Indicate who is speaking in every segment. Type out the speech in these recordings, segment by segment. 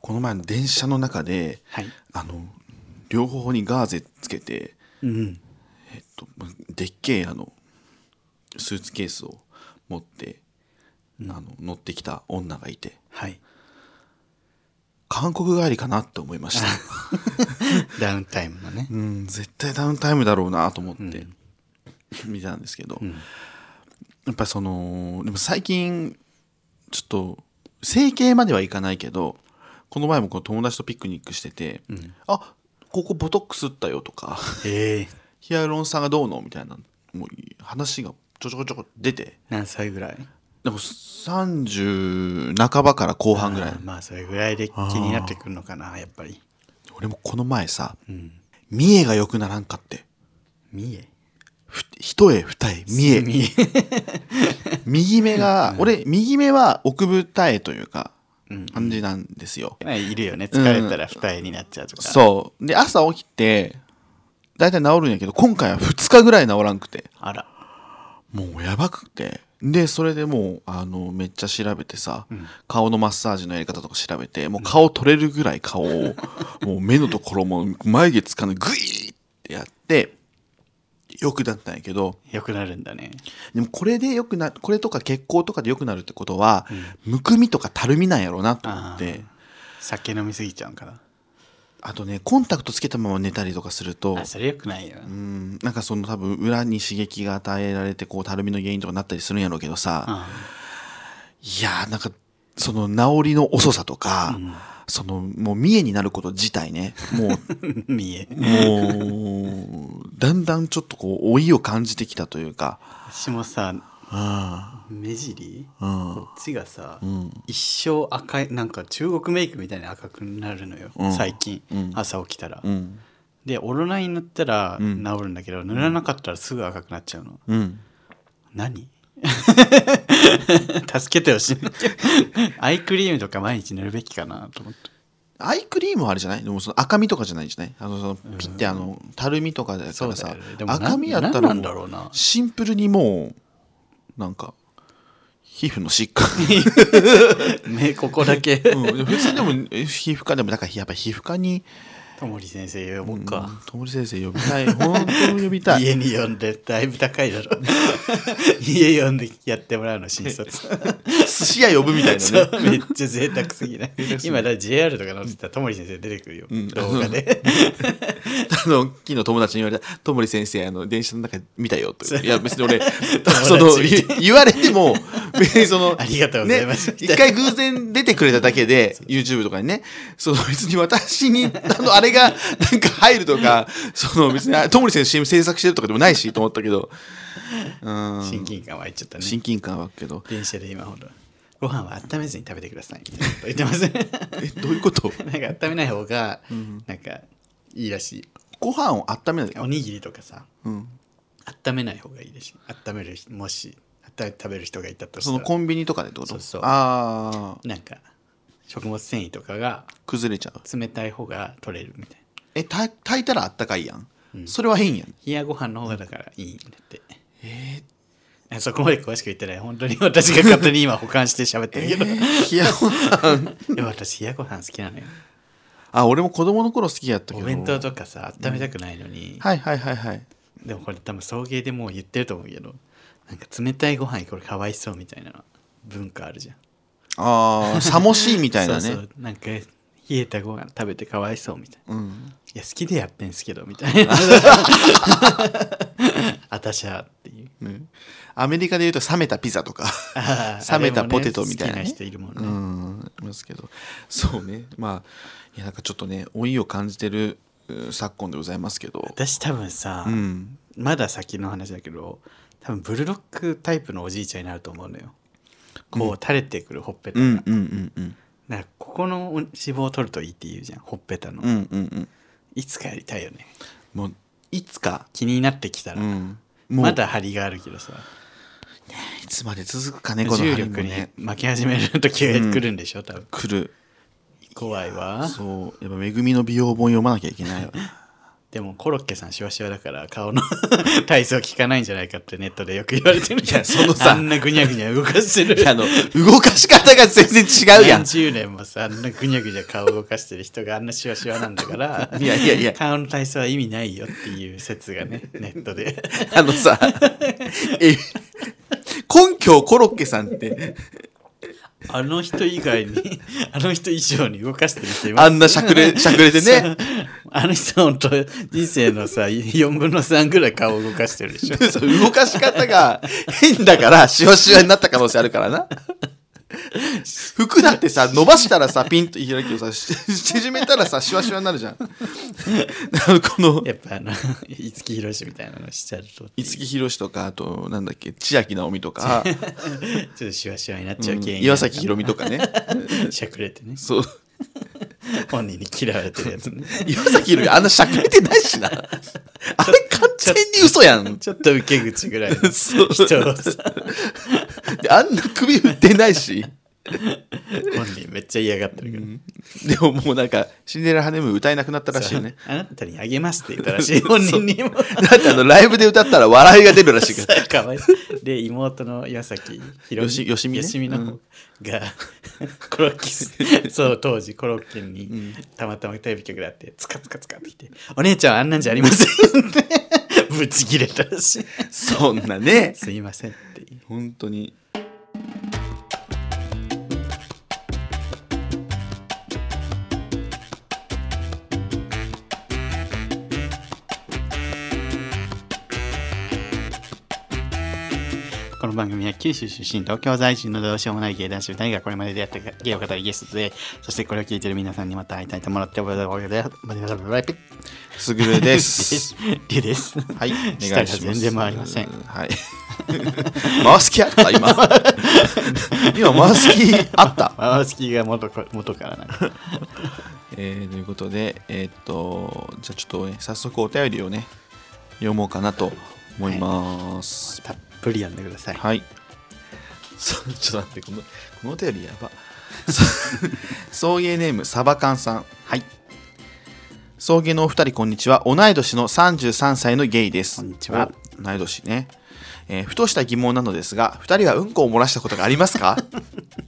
Speaker 1: この前の電車の中で
Speaker 2: はい。
Speaker 1: あの両方にガーゼつけて、
Speaker 2: うん。
Speaker 1: えっと、までっけえあのスーツケースを持って、あの乗ってきた女がいて
Speaker 2: はい。
Speaker 1: 韓国帰りかなって思いました
Speaker 2: ダウンタイムのね。
Speaker 1: うん絶対ダウンタイムだろうなと思って、見てたんですけど、やっぱりそのでも最近ちょっと整形まではいかないけどこの前もこう友達とピクニックしてて、あここボトックス打ったよとか
Speaker 2: ええ
Speaker 1: ヒアルロン酸がどうのみたいなもう話がちょこちょこ出て
Speaker 2: 何歳ぐらい
Speaker 1: でも30半ばから後半ぐらい
Speaker 2: あーまあ、それぐらいで気になってくるのかな、やっぱり。
Speaker 1: 俺もこの前さ
Speaker 2: うん。
Speaker 1: 三重が良くならんかって
Speaker 2: 三重。
Speaker 1: ふ一重二重三重
Speaker 2: 三重。
Speaker 1: 右目が、俺右目は奥二重というか
Speaker 2: うん
Speaker 1: 感じなんですよ、
Speaker 2: まあ、 いるよね。疲れたら二重になっちゃうとか。う。
Speaker 1: そうで朝起きて大体治るんやけど今回は2日ぐらい治らんくて
Speaker 2: あら。
Speaker 1: もうやばくてでそれでもうあのめっちゃ調べてさ、顔のマッサージのやり方とか調べてもう顔取れるぐらい顔を、 もう目のところも眉毛つかんでグイーってやってよくなったんやけど
Speaker 2: よくなるんだね。
Speaker 1: でもこれでよくなこれとか血行とかでよくなるってことは、むくみとかたるみなんやろうなと思って
Speaker 2: 酒飲みすぎちゃうんかな。
Speaker 1: あとねコンタクトつけたまま寝たりとかすると
Speaker 2: あ、それよくないよ。
Speaker 1: うんなんかその多分裏に刺激が与えられてこうたるみの原因とかなったりするんやろうけどさ、
Speaker 2: あ
Speaker 1: いやーなんかその治りの遅さとか、そのもう三重になること自体ねも
Speaker 2: ー 三重。
Speaker 1: うもうだんだんちょっとこう老いを感じてきたというか
Speaker 2: 私もさ、
Speaker 1: あ
Speaker 2: 目尻
Speaker 1: あうん
Speaker 2: こっちがさ、
Speaker 1: ん
Speaker 2: 一生赤いなんか中国メイクみたいな赤くなるのよ、
Speaker 1: うん
Speaker 2: 最近、
Speaker 1: うん
Speaker 2: 朝起きたら、
Speaker 1: うん
Speaker 2: でオロナイン塗ったら治
Speaker 1: ん
Speaker 2: るんだけど、塗らなかったらすぐ赤くなっちゃうの
Speaker 1: うん
Speaker 2: 何助けてほしいアイクリームとか毎日塗るべきかなと思って
Speaker 1: アイクリームはあれじゃないでもその赤みとかじゃないんじゃないあのそのピッてあのたるみとかだったらさ、
Speaker 2: ねでも
Speaker 1: 赤みやったら
Speaker 2: なんなんだ
Speaker 1: も
Speaker 2: ろ
Speaker 1: う
Speaker 2: うな
Speaker 1: シンプルにもうなんか皮膚の疾患
Speaker 2: 目ここだ け
Speaker 1: うん、普通でもえ皮膚科でもだからやっぱ皮膚科に
Speaker 2: ともり先生呼ぼう
Speaker 1: うん
Speaker 2: か、
Speaker 1: 友利先生呼び たい本当に呼びたい
Speaker 2: 家に呼んでだいぶ高いだろ家呼んでやってもらうの診察
Speaker 1: 寿司屋呼ぶみたい
Speaker 2: そ
Speaker 1: な
Speaker 2: う
Speaker 1: ね
Speaker 2: めっちゃ贅沢すぎない
Speaker 1: 沢すぎ
Speaker 2: 今だから JR とか乗ってたらともり先生出てくるよ、
Speaker 1: ん
Speaker 2: 動画で
Speaker 1: あの昨日友達に言われた「友利先生あの電車の中見たよ」と「いや別に俺
Speaker 2: 達
Speaker 1: その言言われても別にその
Speaker 2: ありがとうございます
Speaker 1: ね一回偶然出てくれただけで YouTube とかにねその別に私にあのあれ がなんか入るとかその別にあ友利先生 CM 制作してるとかでもないしと思ったけどうん
Speaker 2: 親近感湧いちゃったね
Speaker 1: 親近感はあるけど
Speaker 2: 電車で今ほどご飯は温めずに食べてくださいみたいなこと言ってます
Speaker 1: えどういうこと
Speaker 2: なんか温めない方がなんかいいらしい、
Speaker 1: ご飯を温めない
Speaker 2: おにぎりとかさ
Speaker 1: うん、
Speaker 2: 温めない方がいいらしい温める人もし温めて食べる人がいたとした
Speaker 1: そ
Speaker 2: ら
Speaker 1: のコンビニとかでってこと
Speaker 2: そうそう
Speaker 1: ああ
Speaker 2: なんか食物繊維とかが
Speaker 1: 崩れちゃう
Speaker 2: 冷たい方が取れるみたいな
Speaker 1: えた炊いたらあったかいやん、それはいいんやん
Speaker 2: 冷やご飯の方がだからいいんだって。えそこまで詳しく言ってない。本当に私が勝手に今保管して喋ってるけど。
Speaker 1: 冷やご飯
Speaker 2: でも私、冷やご飯好きなのよ。
Speaker 1: あ俺も子供の頃好きやったけ
Speaker 2: お
Speaker 1: ど
Speaker 2: 弁当とかさ、温めたくないのに。
Speaker 1: はいはいはいはい
Speaker 2: でもこれ多分送迎でもう言ってると思うけど、なんか冷たいご飯イコールかわいそうみたいな文化あるじゃん。
Speaker 1: ああさもしいみたいなね
Speaker 2: そうそう。なんか冷えたご飯食べてかわいそうみたいな。
Speaker 1: うん、
Speaker 2: いや、好きでやってんすけど、みたいな。あたしゃっていう。
Speaker 1: ねアメリカでいうと冷めたピザとか
Speaker 2: あ ー
Speaker 1: 冷めたポテトみたいな、
Speaker 2: あ
Speaker 1: ね
Speaker 2: れもね好きな人いるもん
Speaker 1: う
Speaker 2: ね。
Speaker 1: んいますけどそうねまあいやなんかちょっとね老いを感じてるうん昨今でございますけど
Speaker 2: 私多分さ、
Speaker 1: うん
Speaker 2: まだ先の話だけど多分ブルドックタイプのおじいちゃんになると思うのよこう垂れてくるほっぺた
Speaker 1: う
Speaker 2: が、
Speaker 1: ん
Speaker 2: だ
Speaker 1: うんうんうん
Speaker 2: からここの脂肪を取るといいって言うじゃんほっぺたの、
Speaker 1: うんうんうん
Speaker 2: いつかやりたいよね
Speaker 1: もういつか、
Speaker 2: 気になってきたら、
Speaker 1: ん、もう
Speaker 2: まだ張りがあるけどさ
Speaker 1: いつまで続くかねこの
Speaker 2: 重
Speaker 1: 針も
Speaker 2: 力に
Speaker 1: ね
Speaker 2: 負け始める時が来るんでしょ多分
Speaker 1: 来る
Speaker 2: 怖いわ
Speaker 1: そうやっぱ「めぐみの美容本」読まなきゃいけないわ
Speaker 2: でもコロッケさんシワシワだから顔の 体操効かないんじゃないかってネットでよく言われてる
Speaker 1: いやそのさ
Speaker 2: あんなぐにゃぐにゃ動かしてる
Speaker 1: いやあの動かし方が全然違うやん
Speaker 2: 何十年もさあんなぐにゃぐにゃ顔動かしてる人があんなシワシワなんだから
Speaker 1: いやいやいや
Speaker 2: 顔の体操は意味ないよっていう説がねネットで
Speaker 1: あのさえ根拠コロッケさんって
Speaker 2: あの人以外にあの人以上に動かしてる人います
Speaker 1: あんなしゃくれしゃくれてね
Speaker 2: そうあの人本当人生のさ4分の3ぐらい顔を動かしてるでしょ
Speaker 1: そう動かし方が変だからシワシワになった可能性あるからな服だってさ伸ばしたらさピンと開きをさし 縮めたらさシワシワになるじゃんあのこの
Speaker 2: やっぱあの 五木ひろしみたいなのしちゃうと
Speaker 1: 五木ひろしとかあとなんだっけ千秋直美とか、
Speaker 2: ちょっとシワシワになっち
Speaker 1: う
Speaker 2: ゃうん原因、
Speaker 1: 岩崎宏美とかね
Speaker 2: しゃくれてね
Speaker 1: そう
Speaker 2: 本人に嫌われてるやつ ね
Speaker 1: 岩崎宏美あんなしゃくれてないし なあれ完全に嘘やん
Speaker 2: ちょっと受け口ぐらい の
Speaker 1: そう
Speaker 2: 人をさ
Speaker 1: であんな首振ってないし
Speaker 2: 本人めっちゃ嫌がってるから、
Speaker 1: でももうなんかシンデレラハネムーン歌えなくなったらしいよね
Speaker 2: あなたにあげますって言ったらしい本人にも
Speaker 1: だってあのライブで歌ったら笑いが出るらしいから。
Speaker 2: かわい そうで妹の岩崎
Speaker 1: よしよしみね
Speaker 2: よしみの方
Speaker 1: う
Speaker 2: が、
Speaker 1: ん
Speaker 2: コロッケ そう当時コロッケにたまたまテレビ局だってつかつかつかってきて「お姉ちゃんあんなんじゃあり ません」ってぶち切れたらしい
Speaker 1: そんなね。
Speaker 2: すいませんっていう
Speaker 1: 本当に。
Speaker 2: この番組は九州出身、東京在住のどうしようもない芸男子2人がこれまで出会った芸を語りゲストで、そしてこれを聞いてる皆さんにまた会いたいと思っております。
Speaker 1: すぐるです。
Speaker 2: リュウです。
Speaker 1: はい、お願いしま
Speaker 2: 下 が
Speaker 1: す。
Speaker 2: 全然回りません
Speaker 1: はい。 回す気あった 今。今回す気あった。
Speaker 2: マウスキーが元こ元からなんか。
Speaker 1: えーということで、えーっと、じゃあちょっとね、早速お便りをね、読もうかなと思います。
Speaker 2: たっぷりやんでください。
Speaker 1: はい。そうちょっと待って、このこのお便りやば。 そう送迎ネーム、サバカンさん。
Speaker 2: はい。
Speaker 1: 送迎のお二人こんにちは同い年の33歳のゲイです
Speaker 2: こんにちは
Speaker 1: お同い年ね、えーふとした疑問なのですが二人はうんこを漏らしたことがありますか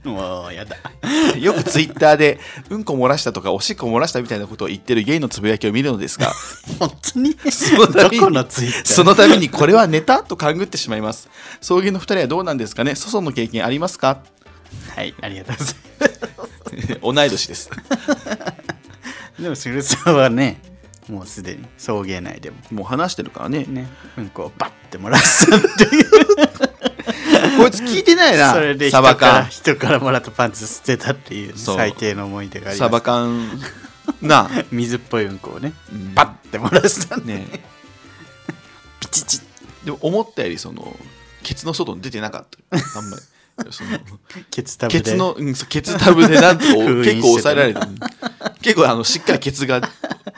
Speaker 2: もうやだ。
Speaker 1: よくツイッターでうんこ漏らしたとかおしっこ漏らしたみたいなことを言ってるゲイのつぶやきを見るのです が
Speaker 2: 本当に
Speaker 1: の度
Speaker 2: どこのツイッター
Speaker 1: そのためにこれはネタと勘ぐってしまいます送迎の二人はどうなんですかね粗相の経験ありますか
Speaker 2: はい、ありがとうござい
Speaker 1: 同い年です
Speaker 2: ます。でも、するさんはね、もうすでに送迎内でも。
Speaker 1: もう話してるからね
Speaker 2: ね、うんこをバッて漏らしたって
Speaker 1: こいつ聞いてないな
Speaker 2: それで人
Speaker 1: サ
Speaker 2: か
Speaker 1: バ
Speaker 2: ら
Speaker 1: カ
Speaker 2: 人からもらったパンツ捨てたっていうね、
Speaker 1: そう
Speaker 2: 最低の思い出があ
Speaker 1: ン
Speaker 2: り
Speaker 1: サ
Speaker 2: ま
Speaker 1: バ
Speaker 2: す
Speaker 1: カンなあ
Speaker 2: 水っぽいうんこをね、
Speaker 1: ん
Speaker 2: バッて漏らしたんで、
Speaker 1: ねえ
Speaker 2: ピチチ
Speaker 1: でも思ったよりそのケツの外に出てなかったあんまりその
Speaker 2: ケツタブ
Speaker 1: ケ
Speaker 2: で
Speaker 1: ツの、うん、そうケツタブでなんとか
Speaker 2: 封印して
Speaker 1: 結構抑
Speaker 2: たね
Speaker 1: えられてる結構あのしっかりケツが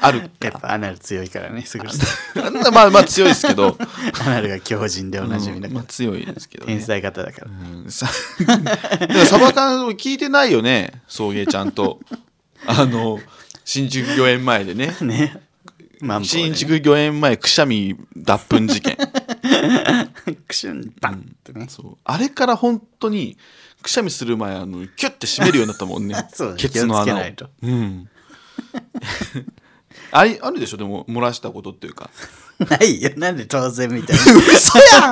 Speaker 1: ある
Speaker 2: やっぱアナル強いからねすぐさ
Speaker 1: あんな まあまあ強いですけ ど
Speaker 2: アナルが強靭でおなじみ
Speaker 1: うん
Speaker 2: だから、
Speaker 1: まあ、強いですけど、ね
Speaker 2: 天、才型だから、
Speaker 1: うんさ でもサバ缶を聞いてないよね送迎ちゃん とあの新宿御苑前でね
Speaker 2: ねマンボウでね
Speaker 1: 新宿御苑前くしゃみ脱粉事件
Speaker 2: クシュンバンって ね
Speaker 1: そうあれから本当にくしゃみする前あのキュッて締めるようになったもんね
Speaker 2: そうだね
Speaker 1: ケツの穴
Speaker 2: 気をつけ
Speaker 1: を
Speaker 2: ないと
Speaker 1: うん あれあるでしょでも漏らしたことっていう か
Speaker 2: ないよなんで当然みたい
Speaker 1: 嘘や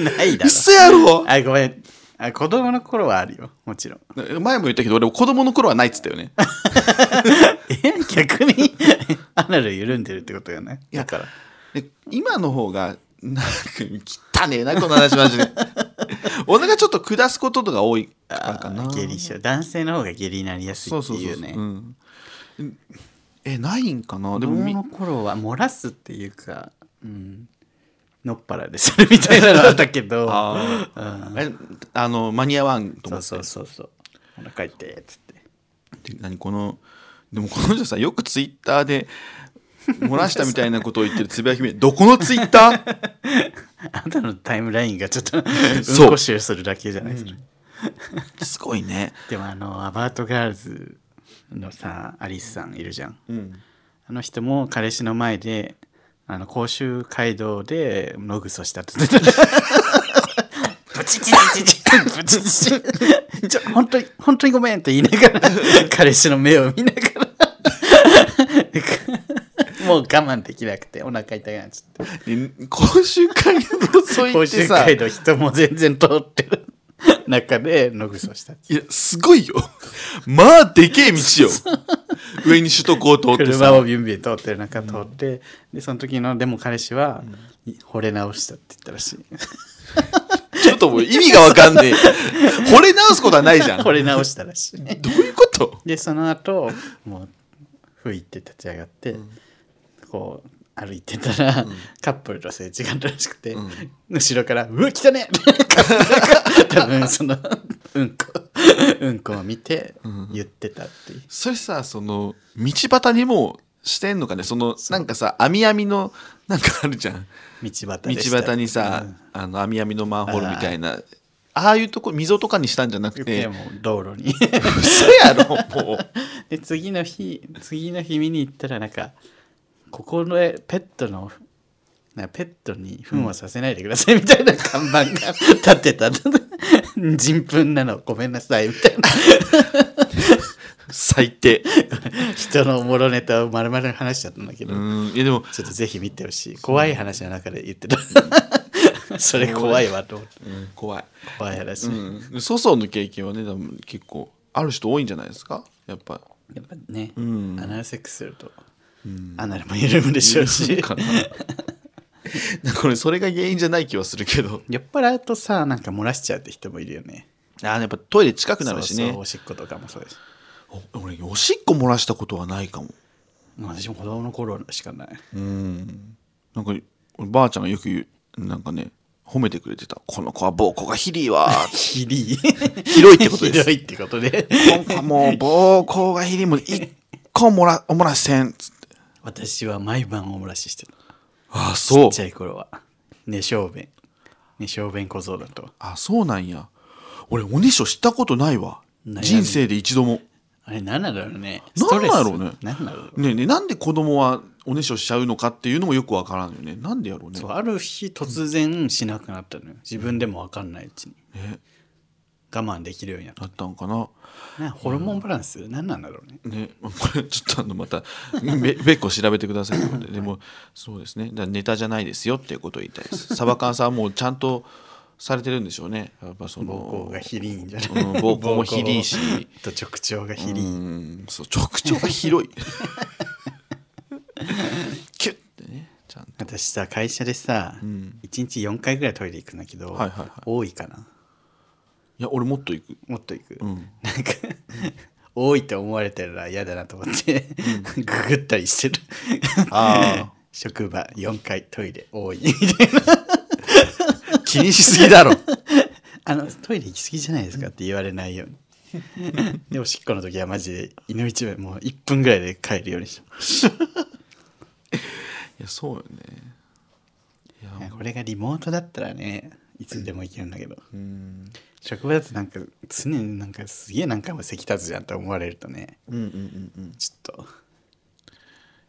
Speaker 1: ん
Speaker 2: なないだ ろ
Speaker 1: 嘘やろ
Speaker 2: あごめんあ子供の頃はあるよもちろん
Speaker 1: 前も言ったけど俺子供の頃はないっつったよね
Speaker 2: え逆に アナル緩んでるってことよね
Speaker 1: いや
Speaker 2: だから
Speaker 1: で今の方がなんか汚ねえなこの話マ ジでお腹ちょっと下すこととか多いからかな
Speaker 2: あー下痢しよう男性の方が下痢になりやすい
Speaker 1: そう
Speaker 2: って
Speaker 1: そうそう
Speaker 2: い
Speaker 1: そうう、
Speaker 2: ね
Speaker 1: うんえないんかな
Speaker 2: 子
Speaker 1: でも
Speaker 2: 供
Speaker 1: み
Speaker 2: の頃は漏らすっていうか、うん、のっぱらでそれみたいなのあったけど
Speaker 1: あーえあの間に合わんと思っ
Speaker 2: そ
Speaker 1: て
Speaker 2: うそうそうそうお腹痛いっつって
Speaker 1: で何このでもこの人さよくツイッターで 漏らしたみたいなことを言ってるつぶやき目どこのツイッタ ー
Speaker 2: あなたのタイムラインがちょっと
Speaker 1: そう
Speaker 2: うんこ臭するだけじゃないですか、
Speaker 1: すごいね、
Speaker 2: でもあのアバートガールズのさアリスさんいるじゃん、
Speaker 1: うん、
Speaker 2: あの人も彼氏の前で、あの、甲州街道で野ぐそしたって言ってた。ブチチチチチブチチチちょ本当に、本当にごめんって言いながら、彼氏の目を見ながら、もう我慢できなくて、お腹痛くなっちゃって。
Speaker 1: で甲州街道沿い
Speaker 2: 甲
Speaker 1: って
Speaker 2: 州
Speaker 1: さ
Speaker 2: 街道人も全然通ってる中で野ぐそしたって。
Speaker 1: いやすごいよ まあでけえ道 よ上に首都高通って
Speaker 2: 車
Speaker 1: さ
Speaker 2: をビュンビュン通ってる中通って、でその時のでも彼氏は、惚れ直したって言ったらしい
Speaker 1: ちょっともう意味がわかん ねえ惚れ直すことはないじゃん
Speaker 2: 惚れ直したらしい
Speaker 1: どういうこと
Speaker 2: でその後もう吹いて立ち上がって、こう歩いてたら、カップルとすれ違ったらしくて、後ろから「うわ汚ね!」カップルが多分そのうんこうんこを見て言ってたっていう、
Speaker 1: それさその道端にもうしてんのかねそのなんかさ網網のなんかあるじゃん
Speaker 2: 道端
Speaker 1: 道
Speaker 2: でした
Speaker 1: 端にさ、
Speaker 2: うん
Speaker 1: あの網網のマンホールみたいなああいうとこ溝とかにしたんじゃなく
Speaker 2: いや
Speaker 1: て
Speaker 2: もう道路に
Speaker 1: 嘘やろもう
Speaker 2: で次の日次の日見に行ったらなんかここのペットのなんかペットに糞はさせないでくださいみたいな看板が立ってた 人糞なのごめんなさいみたいな
Speaker 1: 最 低
Speaker 2: 人のおもろネタをまるまる話しちゃったんだけど、
Speaker 1: うんいやでも
Speaker 2: ちょっとぜひ見てほしい怖い話の中で言ってた それ怖いわと思って
Speaker 1: うん怖い、
Speaker 2: 怖い話、
Speaker 1: うん、粗相の経験はね多分結構ある人多いんじゃないですかやっぱ
Speaker 2: やっぱね、
Speaker 1: ん
Speaker 2: アナルセックスすると、アナルも緩むでしょ うし
Speaker 1: かなこれそれが原因じゃない気はするけど
Speaker 2: 酔っ払うとさなんか漏らしちゃうって人もいるよね
Speaker 1: あーやっぱトイレ近くなるしね
Speaker 2: そうそうおしっことかもそうです
Speaker 1: お俺おしっこ漏らしたことはないかも
Speaker 2: まあ私も子供の頃しかない
Speaker 1: うんなんか俺ばあちゃんがよく言うなんかね褒めてくれてた「この子は膀胱がひりわ」
Speaker 2: ひりい
Speaker 1: 広いってことです
Speaker 2: 広いってことで
Speaker 1: なんかもう膀胱がひりも一個もらおもらしせんっつって
Speaker 2: 私は毎晩お漏らししてた
Speaker 1: あそ
Speaker 2: ちっちゃい頃は寝小便寝小便小僧だと
Speaker 1: あそうなんや俺おねしょしたことないわ
Speaker 2: 悩み
Speaker 1: 人生で一度も
Speaker 2: あれ何なんだろうねス
Speaker 1: な
Speaker 2: ト
Speaker 1: ん
Speaker 2: レス
Speaker 1: だろうね
Speaker 2: 何なんだろう
Speaker 1: ねえねえなんで子供はおねしょしちゃうのかっていうのもよくわからんよねなんでやろうね
Speaker 2: そうある日突然しなくなったのよ自分でも分かんないうちに
Speaker 1: ね
Speaker 2: 我慢できるようになった
Speaker 1: だったんかな
Speaker 2: なホルモンバランス何なんだろうね
Speaker 1: ね、これちょっとあのまた べ別個調べてくださいってことででもそうですねだからネタじゃないですよっていうことを言いたいですサバ缶さんはもうちゃんとされてるんでしょうねやっぱその
Speaker 2: 膀胱がひりいんじゃない
Speaker 1: うん膀胱もひりいし
Speaker 2: 膀胱と直腸がひりい
Speaker 1: うんそう直腸が 広いキュッてねちゃんと
Speaker 2: 私さ会社でさ、一1日4回ぐらいトイレ行くんだけど、
Speaker 1: はいはいはい
Speaker 2: 多いかない
Speaker 1: や俺もっといく
Speaker 2: もっと行く、
Speaker 1: ん
Speaker 2: なんか多いと思われたら嫌だなと思って、ググったりしてる
Speaker 1: あ
Speaker 2: 職場4回トイレ多いみたいな
Speaker 1: 気にしすぎだろ
Speaker 2: あのトイレ行き過ぎじゃないですかって言われないように でおしっこの時はマジで胃の一番もう1分ぐらいで帰るようにし
Speaker 1: いやそうよね
Speaker 2: たこれがリモートだったらねいつでも行けるんだけど、
Speaker 1: うん
Speaker 2: 職場だとなんか常になんかすげえ何回も席立つじゃんって思われるとね
Speaker 1: うんうんうんうん
Speaker 2: ちょっと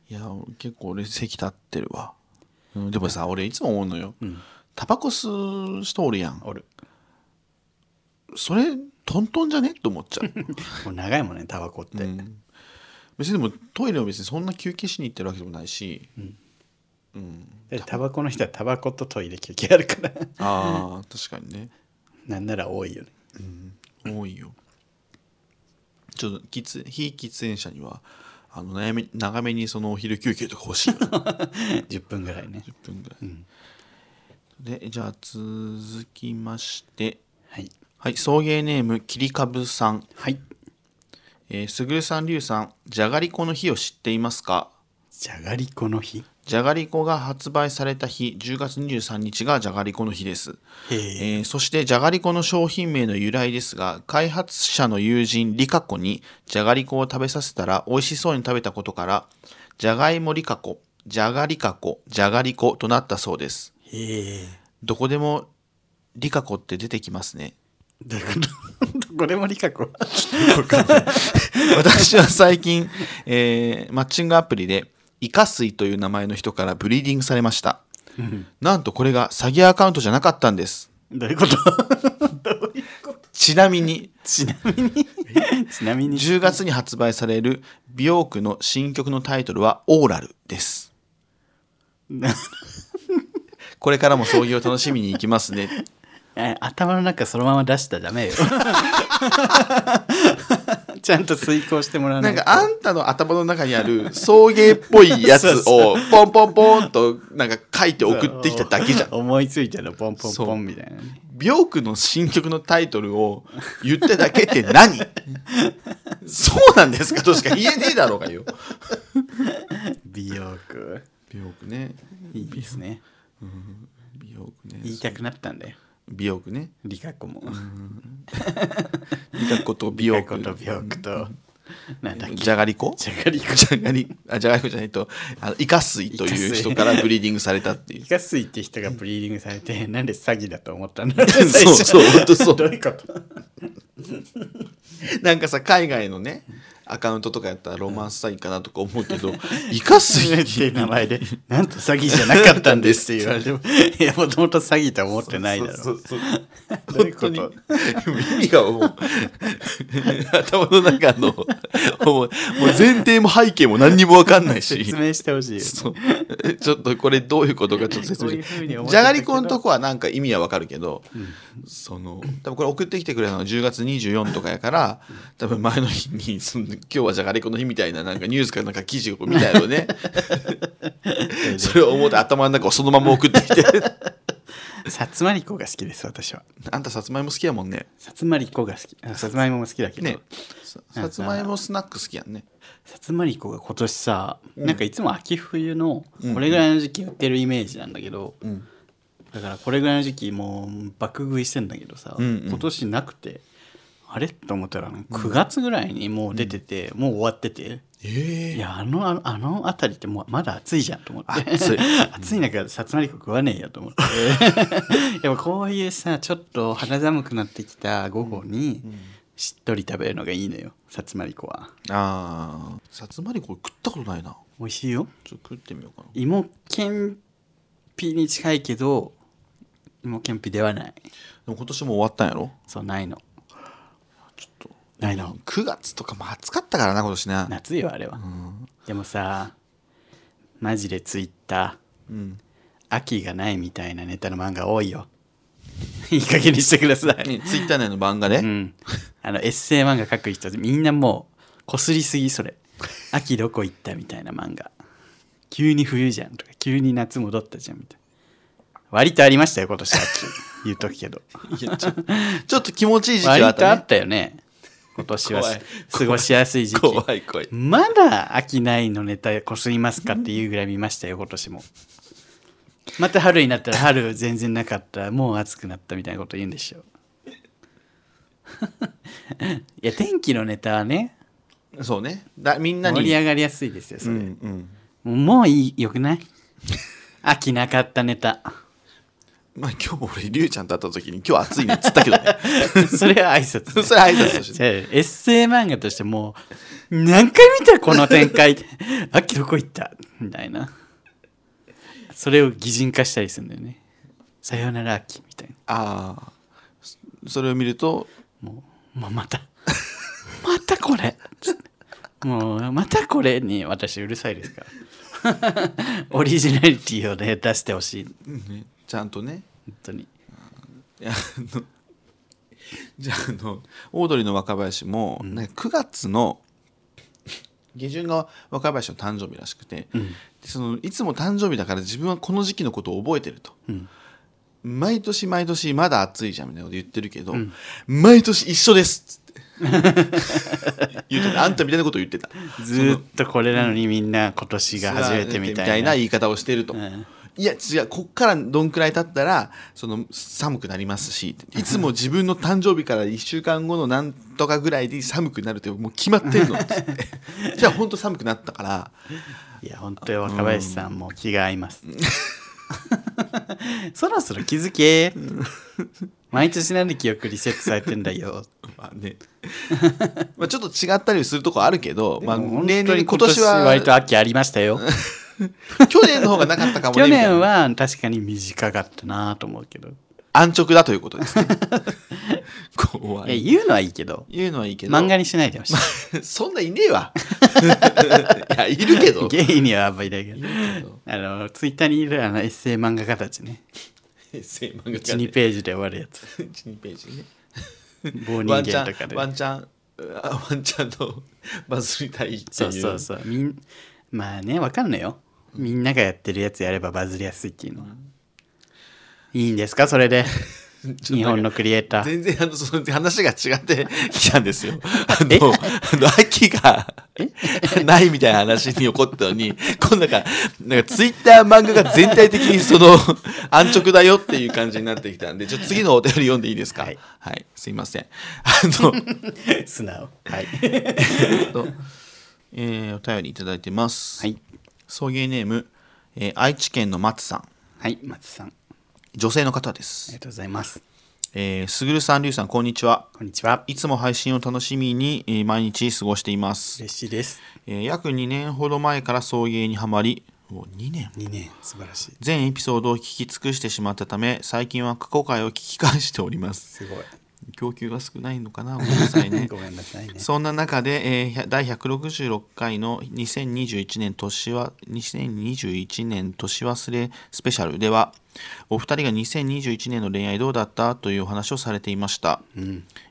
Speaker 1: いや結構俺席立ってるわ、うん、でもさ俺いつも思うのよ、タバコ吸う人おるやん
Speaker 2: おる
Speaker 1: それトントンじゃねと思っちゃ う
Speaker 2: もう長いもんねタバコって、
Speaker 1: 別にでもトイレを別にそんな休憩しに行ってるわけでもないし、
Speaker 2: でタバコの人はタバコとトイレ休憩あるから
Speaker 1: ああ確かにね
Speaker 2: なんなら多いよね
Speaker 1: 多いよちょっと喫非喫煙者にはあの悩み長めにそのお昼休憩とか欲しいよね
Speaker 2: 10分ぐらいね
Speaker 1: 10分ぐらい、でじゃあ続きまして
Speaker 2: はい
Speaker 1: はい送迎ネームきりかぶさん
Speaker 2: はい
Speaker 1: えー、すぐるさん、りゅうさん、じゃがりこの日を知っていますか
Speaker 2: じゃがりこの日
Speaker 1: じゃがりこが発売された日、10月23日がじゃがりこの日です。
Speaker 2: へえ
Speaker 1: えーそして、じゃがりこの商品名の由来ですが、開発者の友人、りかこに、じゃがりこを食べさせたら美味しそうに食べたことから、じゃがいもりかこ、じゃがりかこ、じゃがりことなったそうです。
Speaker 2: へえ
Speaker 1: どこでも、りかこって出てきますね。
Speaker 2: どういうこと どこでもりかこ
Speaker 1: 私は最近、えーマッチングアプリでイカ水という名前の人からブリーディングされましたなんとこれが詐欺アカウントじゃなかったんです
Speaker 2: どういうこと どういうこと
Speaker 1: ちなみに
Speaker 2: ちなみにちなみに
Speaker 1: 10月に発売される美容区の新曲のタイトルは「オーラル」です
Speaker 2: な
Speaker 1: これからも葬儀を楽しみに行きますね
Speaker 2: え頭の中そのまま出したらダメよ ちゃんと遂行してもらわな
Speaker 1: ないん
Speaker 2: と
Speaker 1: かあんたの頭の中にある送迎っぽいやつをポンポンポンとなんか書いて送ってきただけじゃん
Speaker 2: 思いついたらポンポン
Speaker 1: そ
Speaker 2: ポ
Speaker 1: う
Speaker 2: ンみたいなね
Speaker 1: ビョークの新曲のタイトルを言っただけって 何そうなんですかとしか言えねえだろうがよ。
Speaker 2: 美容区
Speaker 1: ビョークね。
Speaker 2: いいですね
Speaker 1: ビョークね。
Speaker 2: 言いたくなったんだよ
Speaker 1: ビョークね。
Speaker 2: リカ子も
Speaker 1: リカコとビ
Speaker 2: リ
Speaker 1: ョ
Speaker 2: カ
Speaker 1: ー
Speaker 2: 子と
Speaker 1: ク。
Speaker 2: 美容区となんだっけ
Speaker 1: じゃがりこ
Speaker 2: じゃがりこ
Speaker 1: じ ゃがり、あ、じゃがりこじゃないと、あのイカ水という人からブリーディングされたっていう
Speaker 2: イ。カスイって人がブリーディングされて なんで詐欺だと思ったんだろ
Speaker 1: そうそうほんとそう
Speaker 2: どういうこと
Speaker 1: なんかさ、海外のね、アカウントとかやったらロマンス詐欺かなとか思うけ ど、イカ水
Speaker 2: っていう名前で「なんと詐欺じゃなかったんです」って言われ てもいやもともと詐欺とは思ってないだろう
Speaker 1: そうそうそう
Speaker 2: どういうこと
Speaker 1: 本当に意味がもう頭の中のもうもう前提も背景も何にも分かんないし
Speaker 2: 説明してほしいよね
Speaker 1: そうちょっとこれどういうことかちょっと説明
Speaker 2: こういうふうに思って
Speaker 1: じ
Speaker 2: た
Speaker 1: ゃが
Speaker 2: けど
Speaker 1: りこのとこはなんか意味は分かるけど、その多分これ送ってきてくれたのが10月24とかやから多分前の日にその今日はじゃがりこの日みたいななんかニュースかなんか記事を見たよね それを思って頭の中をそのまま送ってきて
Speaker 2: さつまりこが好きです私は
Speaker 1: あんたさつまいも好きやもんね
Speaker 2: さつまりこが好きあさつまいもも好きだけど、
Speaker 1: ねささつまいもスナック好きやんね
Speaker 2: さつまりこが今年さ、なんかいつも秋冬の
Speaker 1: うん
Speaker 2: これぐらいの時期売ってるイメージなんだけど、
Speaker 1: うん
Speaker 2: だからこれぐらいの時期もう爆食いしてんだけどさ、
Speaker 1: うんうん
Speaker 2: 今年なくてあれと思ったら9月ぐらいにもう出てて、もう終わってて、
Speaker 1: え
Speaker 2: いやあのああの辺りってもうまだ暑いじゃんと思って
Speaker 1: 暑い
Speaker 2: 暑い中さつまりこ食わねえよと思って やっぱこういうさちょっと肌寒くなってきた午後にしっとり食べるのがいいのよさつまりこは
Speaker 1: あーさつまいも食ったことないな
Speaker 2: 美味しいよ
Speaker 1: ちょっと食ってみようかな
Speaker 2: 芋けんぴに近いけど芋けんぴではない
Speaker 1: でも今年も終わったんやろ
Speaker 2: そうないの
Speaker 1: ちょっと
Speaker 2: ないの
Speaker 1: 9月とかも暑かったからな今年ね
Speaker 2: 夏よあれは、でもさマジでツイッター、秋がないみたいなネタの漫画多いよいい加減にしてください、
Speaker 1: ねツイッター内の漫画で、
Speaker 2: うん、あのエッセイ漫画書く人みんなもうこすりすぎそ れ秋どこ行ったみたいな漫画急に冬じゃんとか急に夏戻ったじゃんみたいな割とありましたよ今年秋言うとくけど
Speaker 1: いや ちょちょっと気持ちい い時期はあ
Speaker 2: 割
Speaker 1: っ
Speaker 2: とあ
Speaker 1: たね
Speaker 2: ったよね今年は
Speaker 1: 怖い
Speaker 2: 過ごしやすい時期
Speaker 1: 怖い怖い
Speaker 2: まだ飽きないのネタこすりますかっていうぐらい見ましたよ今年もまた春になったら春全然なかったもう暑くなったみたいなこと言うん でしょいや天気のネタはね
Speaker 1: そうねだみんなに
Speaker 2: 盛り上がりやすいですよそれ、
Speaker 1: うんうん
Speaker 2: もういいよくない飽きなかった ネタ
Speaker 1: まあ今日俺りゅうちゃんと会った時に今日暑いねっつったけどね
Speaker 2: それは挨拶ね
Speaker 1: それ挨拶とし
Speaker 2: じ
Speaker 1: て
Speaker 2: ゃあエッセイ漫画としてもう何回見たこの展 開秋どこ行ったみたいなそれを擬人化したりするんだよねさよなら秋みたいな
Speaker 1: ああそれを見ると
Speaker 2: もうもうま たまたこれもうまたこれに私うるさいですから オリジナリティをね出してほしい本
Speaker 1: ねちゃんとね
Speaker 2: 当に
Speaker 1: いやあの じゃああのオードリーの若林も、なんか9月の下旬が若林の誕生日らしくて、でそのいつも誕生日だから自分はこの時期のことを覚えてると、
Speaker 2: ん
Speaker 1: 毎年毎年まだ暑いじゃんみたいなこと言ってるけど、毎年一緒ですっつって 言うてたあんたみたいなことを言ってた
Speaker 2: ずーっとこれなのにみんな今年が初めてみたいな
Speaker 1: 言い方をしてると、
Speaker 2: ん
Speaker 1: いや違うこっからどんくらい経ったらその寒くなりますしいつも自分の誕生日から1週間後のなんとかぐらいで寒くなるってもう決まってるのっ つってじゃあ本当寒くなったから
Speaker 2: いや本当に若林さんもう 気が合います。そろそろ気づけ。毎年なんで記憶リセットされてんだよ。
Speaker 1: まあ ねまあちょっと違ったりするとこあるけど、まあ、例
Speaker 2: 例
Speaker 1: 年
Speaker 2: 年
Speaker 1: 今
Speaker 2: 今
Speaker 1: 年
Speaker 2: 年は割と
Speaker 1: は
Speaker 2: 秋ありましたよ。
Speaker 1: 去年の方がなかったかもね
Speaker 2: 去
Speaker 1: みたい
Speaker 2: 年
Speaker 1: な
Speaker 2: は確かに短かったなと思うけど。
Speaker 1: 安直だということ ですね怖
Speaker 2: いや、
Speaker 1: い
Speaker 2: 言うのはいいけど、
Speaker 1: 言うのはいいけど
Speaker 2: 漫画にしないでほしい。
Speaker 1: そんないねえわ いやいるけど
Speaker 2: ゲイにはあんまりいないけ
Speaker 1: い
Speaker 2: ど
Speaker 1: る。けど
Speaker 2: あの、ツイッターにいるあのエッセイ漫画家たちね。
Speaker 1: 平成漫画家
Speaker 2: 1、2ページで終わるやつ。
Speaker 1: 12ページね
Speaker 2: 棒 人
Speaker 1: ワンチ
Speaker 2: 間とか
Speaker 1: ャン
Speaker 2: で。
Speaker 1: ワンチャンあワンチャンの バズりたいっていう
Speaker 2: そうそうそう。みんまあね、わかんないよ。みんながやってるやつやればバズりやすいっていうのは。いいんですかそれで。
Speaker 1: ちょっとなんか
Speaker 2: 日本のクリエイター。
Speaker 1: 全然あのその話が違ってきたんですよ。あの、あの秋がないみたいな話に起こったのに、今度なんか、なんかツイッター漫画が全体的にそ の安直だよっていう感じになってきたんで、ちょっと次のお便り読んでいいですか。は
Speaker 2: はいい、
Speaker 1: すいません。あ の、
Speaker 2: 素直。はい。
Speaker 1: えっとえーお便りいただいてます。
Speaker 2: はい。
Speaker 1: 送迎ネーム、えー愛知県の松さん、
Speaker 2: はい、松さん。あ
Speaker 1: 女性の方で
Speaker 2: り
Speaker 1: す。
Speaker 2: がとうございます。
Speaker 1: えー、すぐるさん、りゅうさん、こんにちは。
Speaker 2: こんにちは。
Speaker 1: いつも配信を楽しみに、えー毎日過ごしています。
Speaker 2: 嬉しいです。
Speaker 1: えー約2年ほど前から送迎にはまりもう2年
Speaker 2: 2年、素晴らしい。
Speaker 1: 全エピソードを聞き尽くしてしまったため最近は過去回を聞き返しております
Speaker 2: すごい。
Speaker 1: 供給が少ないのかなごめんなさいね
Speaker 2: ごめんなさいね。
Speaker 1: そんな中で、えーひゃ第166回の2021年年は2021年年忘れスペシャルではお二人が2021年の恋愛どうだったというお話をされていました、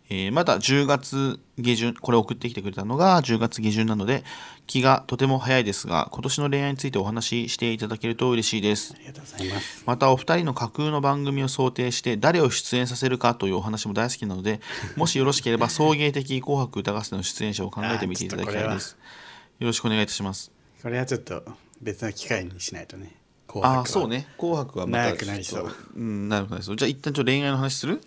Speaker 1: えーまだ10月下旬これを送ってきてくれたのが10月下旬なので気がとても早いですが今年の恋愛についてお話ししていただけると嬉しいです
Speaker 2: ありがとうございます。
Speaker 1: またお二人の架空の番組を想定して誰を出演させるかというお話も大好きなの でもしよろしければ送迎的紅白歌合戦の出演者を考えてみていただきたいですよろしくお願いいたします
Speaker 2: これはちょっと別の機会にしないとね。紅白
Speaker 1: あ
Speaker 2: は
Speaker 1: あそう。ね紅白はまた
Speaker 2: 長くなりそ
Speaker 1: ち
Speaker 2: う
Speaker 1: ょっとうん長くなりそうじゃあ一旦ちょっと恋愛の話する、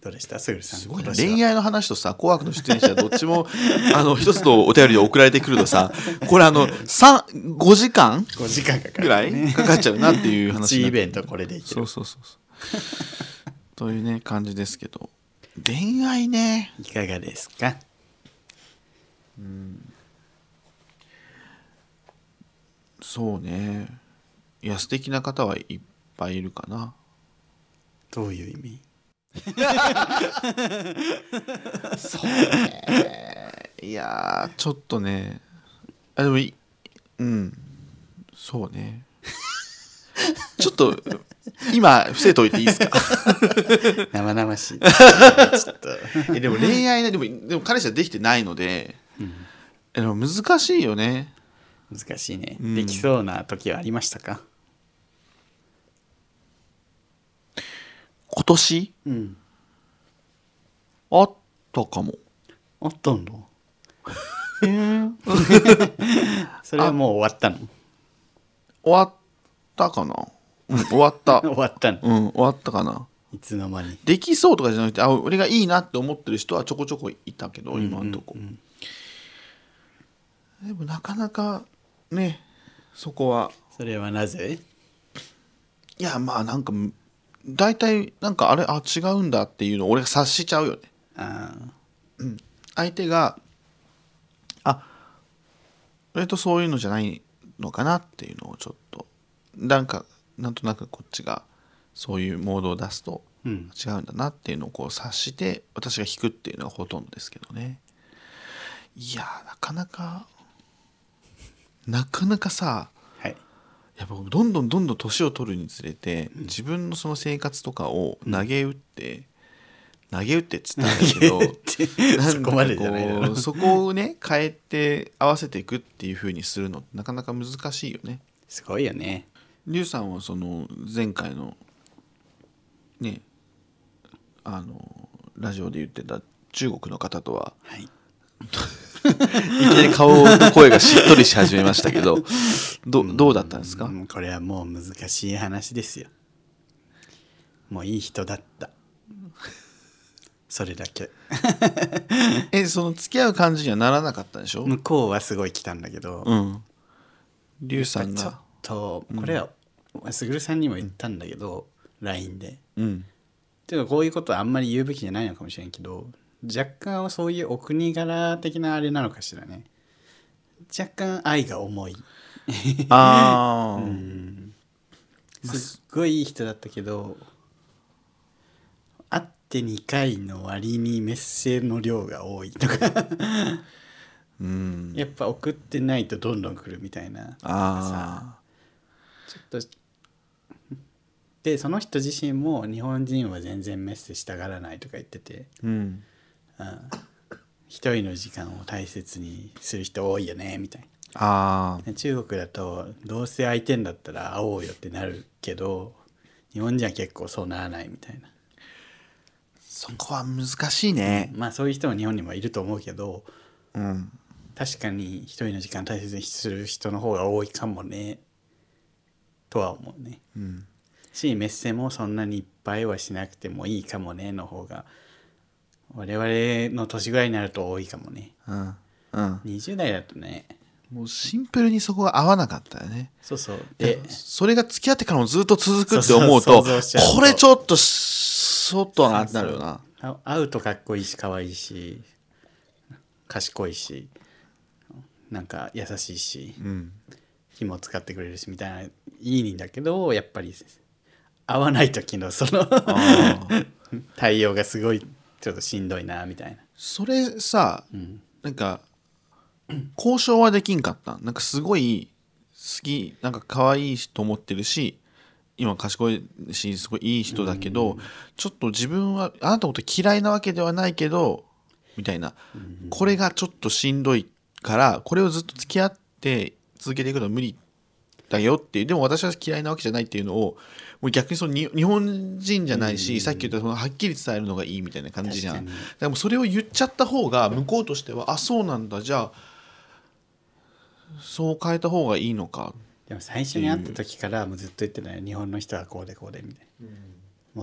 Speaker 2: どうでしたすぐるさん。す
Speaker 1: すごいな
Speaker 2: 愛
Speaker 1: 恋愛の話とさ「紅白」の出演者どっちもあの一つのお便りで送られてくるとさこれあの3 5時間
Speaker 2: 5時間かかる、
Speaker 1: ぐらいかかっちゃうなっていう 話に
Speaker 2: 1
Speaker 1: な
Speaker 2: イ
Speaker 1: って
Speaker 2: ベントこれでいけ
Speaker 1: そ
Speaker 2: る
Speaker 1: うそうそうそうというね感じですけど恋愛ね
Speaker 2: いかがですか
Speaker 1: そうねいや素敵な方はいっぱいいるかな
Speaker 2: どういう意味
Speaker 1: いやーちょっとねあでもいうんそうね ちょっと今伏せといていいですか
Speaker 2: 生々しい ちょっ と
Speaker 1: えでも恋愛ねでもでも彼氏はできてないので、えでも難しいよね
Speaker 2: 難しいね、
Speaker 1: うん
Speaker 2: できそうな時はありましたか
Speaker 1: 今年
Speaker 2: うん
Speaker 1: あったかも
Speaker 2: あった んだへー それはもう終わったの
Speaker 1: 終わったかな、うん、終わ った
Speaker 2: 終わったの
Speaker 1: うん終わったかない
Speaker 2: つの間に
Speaker 1: できそうとかじゃなくてあ俺がいいなって思ってる人はちょこちょこいたけど今んとこ、でもなかなかねそこは
Speaker 2: それはなぜ
Speaker 1: いやまあなんか大体なんかあれあ違うんだっていうのを俺が察しちゃうよね
Speaker 2: ああ
Speaker 1: 相手があ俺とそういうのじゃないのかなっていうのをちょっとなんかなんとなくこっちがそういうモードを出すと
Speaker 2: うん
Speaker 1: 違うんだなっていうのをこう察して私が引くっていうのがほとんどですけどねいやーなかなかなかなかさ
Speaker 2: はい
Speaker 1: やっぱどんどんどんどん年を取るにつれて、自分のその生活とかを投げ打って、投げ打ってっつったんだけどなん
Speaker 2: そこまでじゃないだ
Speaker 1: かこ
Speaker 2: ろ
Speaker 1: うそこをね変えて合わせていくっていうふうにするのってなかなか難しいよね。
Speaker 2: すごいよね
Speaker 1: リュウさんはその前回のねあのラジオで言ってた中国の方とは
Speaker 2: はい
Speaker 1: いきなり顔と声がしっとりし始めましたけどどどうだったんですか、
Speaker 2: うんこれはもう難しい話ですよもういい人だったそれだけ
Speaker 1: えその付き合う感じにはならなかったでしょ、
Speaker 2: 向こうはすごい来たんだけど、
Speaker 1: うん。リュウさん
Speaker 2: ちょっ
Speaker 1: が。
Speaker 2: とこれはすぐるさんにも言ったんだけど、 LINE で。
Speaker 1: うん
Speaker 2: ていうかこういうことはあんまり言うべきじゃないのかもしれんけど若干はそういうお国柄的なあれなのかしらね若干愛が重い
Speaker 1: ああ、
Speaker 2: すっごいいい人だったけど会って2回の割にメッセージの量が多いとか
Speaker 1: うん、
Speaker 2: やっぱ送ってないとどんどん来るみたいな
Speaker 1: あ
Speaker 2: ちょっとでその人自身も日本人は全然メッセしたがらないとか言ってて
Speaker 1: あ、うん、
Speaker 2: 一人の時間を大切にする人多いよねみたいな。
Speaker 1: ああ、
Speaker 2: ね中国だとどうせ相手んだったら会おうよってなるけど日本人は結構そうならないみたいな
Speaker 1: そこは難しいね。
Speaker 2: まあそういう人も日本にもいると思うけど
Speaker 1: うん、
Speaker 2: 確かに一人の時間大切にする人の方が多いかもねとは思うね
Speaker 1: うん、
Speaker 2: しメッセもそんなにいっぱいはしなくてもいいかもねの方が我々の年ぐらいになると多いかもね
Speaker 1: うん、うん。
Speaker 2: 20代だとね
Speaker 1: もうシンプルにそこが合わなかったよね。
Speaker 2: そうそう
Speaker 1: で
Speaker 2: で、
Speaker 1: それが付き合ってからもずっと続くって思う
Speaker 2: そ
Speaker 1: と、
Speaker 2: うそう想像しちゃうと
Speaker 1: これちょっと相当なってなるよな。
Speaker 2: あ会うとかっこいいし可愛いし賢いしなんか優しいし
Speaker 1: うん、
Speaker 2: 気も使ってくれるしみたいないい人だけどやっぱり会わない時のその
Speaker 1: あー
Speaker 2: 対応がすごいちょっとしんどいなみたいな
Speaker 1: それさ、
Speaker 2: ん
Speaker 1: なんか交渉はできんかった。なんかすごい好き、なんか可愛いと思ってるし、今賢いしすごいいい人だけど、ちょっと自分はあなたのこと嫌いなわけではないけどみたいな、これがちょっとしんどいからこれをずっと付き合って続けていくのは無理だよっていうでも私は嫌いなわけじゃないっていうのをもう逆にそのに日本人じゃないし、さっき言ったそのはっきり伝えるのがいいみたいな感じじゃん
Speaker 2: 確かに
Speaker 1: でもそれを言っちゃった方が向こうとしてはあそうなんだじゃあそう変えた方がいいのか
Speaker 2: でも最初に会った時からもうずっと言ってたよ日本の人はこうでこうでみたいな、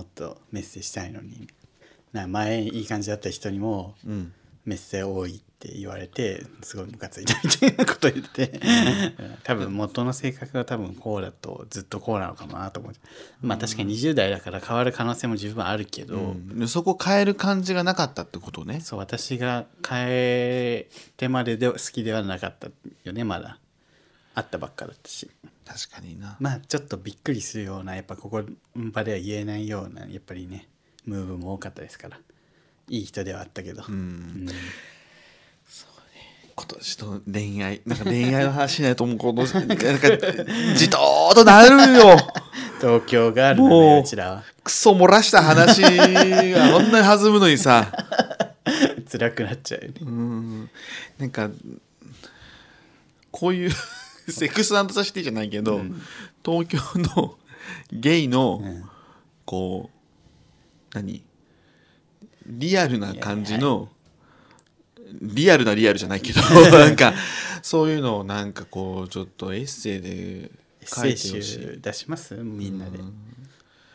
Speaker 2: もっとメッセしたいのにな前いい感じだった人にも、
Speaker 1: ん
Speaker 2: メッセ多いって言われてすごいムカついたみたいなこと言ってて、うん多分元の性格が多分こうだとずっとこうなのかなと思ってまあ確かに20代だから変わる可能性も十分あるけど、
Speaker 1: うんそこ変える感じがなかったってことね。
Speaker 2: そう私が変えてまでで好きではなかったよねまだ会ったばっかだったし。
Speaker 1: 確かにな。
Speaker 2: まあちょっとびっくりするようなやっぱここの場では言えないようなやっぱりねムーブも多かったですからいい人ではあったけど、
Speaker 1: うん。今年の恋愛、なんか恋愛の話しないともうこ の、なんかじとーっとなる よ。
Speaker 2: 東京があるので、
Speaker 1: もう
Speaker 2: うちらは
Speaker 1: クソ漏らした話がこんなに弾むのにさ。
Speaker 2: 辛くなっちゃうよね、
Speaker 1: うん。なんか、こういう セックスサシティじゃないけど、東京の ゲイの、
Speaker 2: うん
Speaker 1: こう何リアルな感じのリアルなリアルじゃないけど なんかそういうのをなんかこうちょっとエッセイで
Speaker 2: エッ
Speaker 1: 書い
Speaker 2: セ
Speaker 1: て
Speaker 2: イ
Speaker 1: ほしい
Speaker 2: 集出しますみんなで、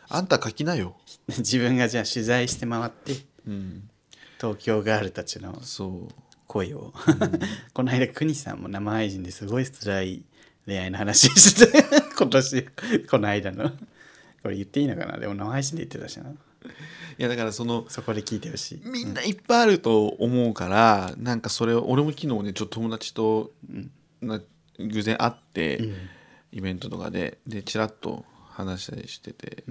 Speaker 1: あんた書きなよ、
Speaker 2: 自分がじゃあ取材して回って
Speaker 1: うん、
Speaker 2: 東京ガールたちの
Speaker 1: そう
Speaker 2: 恋を、この間国さんも生配信ですごい辛い恋愛の話して て今年この間のこれ言っていいのかなでも生配信で言ってたしない
Speaker 1: やだからその
Speaker 2: そこで聞いてほしい
Speaker 1: みんないっぱいあると思うから、なんかそれを俺も昨日ねちょっと友達とな偶然会って、イベントとかででチラッと話したりしてて、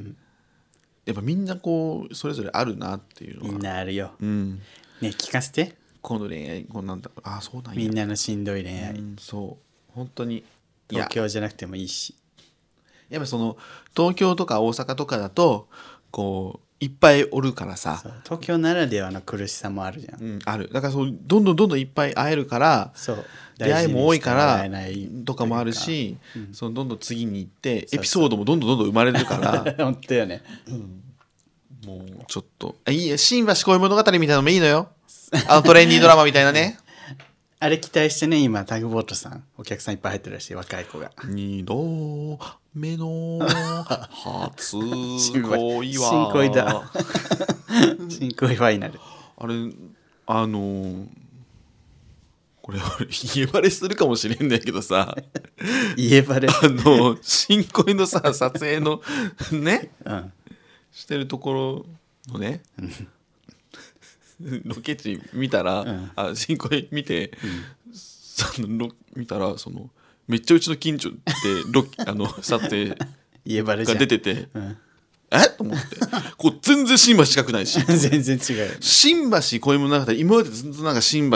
Speaker 1: やっぱみんなこうそれぞれあるなっていう
Speaker 2: み
Speaker 1: の
Speaker 2: ん
Speaker 1: が、
Speaker 2: なあるよ
Speaker 1: うん、
Speaker 2: ね聞かせて
Speaker 1: 今度恋愛こんなんだああそうなんや
Speaker 2: みんなのしんどい恋愛、
Speaker 1: うんそう本当にいや
Speaker 2: 東京じゃなくてもいいし
Speaker 1: やっぱその東京とか大阪とかだとこういっぱいおるからさ
Speaker 2: そう東京ならではの苦しさもあるじゃん、
Speaker 1: うん、あるだからそうどんどんどんどんいっぱい会えるから
Speaker 2: そう
Speaker 1: 出会いも多いから
Speaker 2: 大事にしてもらえない
Speaker 1: とかもあるし、そのどんどん次に行って
Speaker 2: う
Speaker 1: エピソードもどんどんどんどん生まれるから
Speaker 2: 本当よね
Speaker 1: もうちょっとあいいよ新橋恋物語みたいなのもいいのよあのトレンディードラマみたいなね
Speaker 2: あれ期待してね今タグボートさんお客さんいっぱい入ってるらしい若い子が
Speaker 1: 二度目の初恋は
Speaker 2: 新恋だ新恋ファイナル
Speaker 1: あれあのーこれ俺家バレするかもしれんねんけどさ
Speaker 2: 家バレ
Speaker 1: あの新恋のさ撮影のね
Speaker 2: うん
Speaker 1: してるところのねロケ地見たら、
Speaker 2: ん
Speaker 1: あ新恋見て、そのロ見たらそのめっちゃうちの近所で ロケあの撮影
Speaker 2: 家バレじゃ
Speaker 1: が出
Speaker 2: ん
Speaker 1: てて、
Speaker 2: うん、
Speaker 1: えと思ってこう全然新橋近くないし
Speaker 2: 全然違う
Speaker 1: 新橋恋物語今までずっとなんか新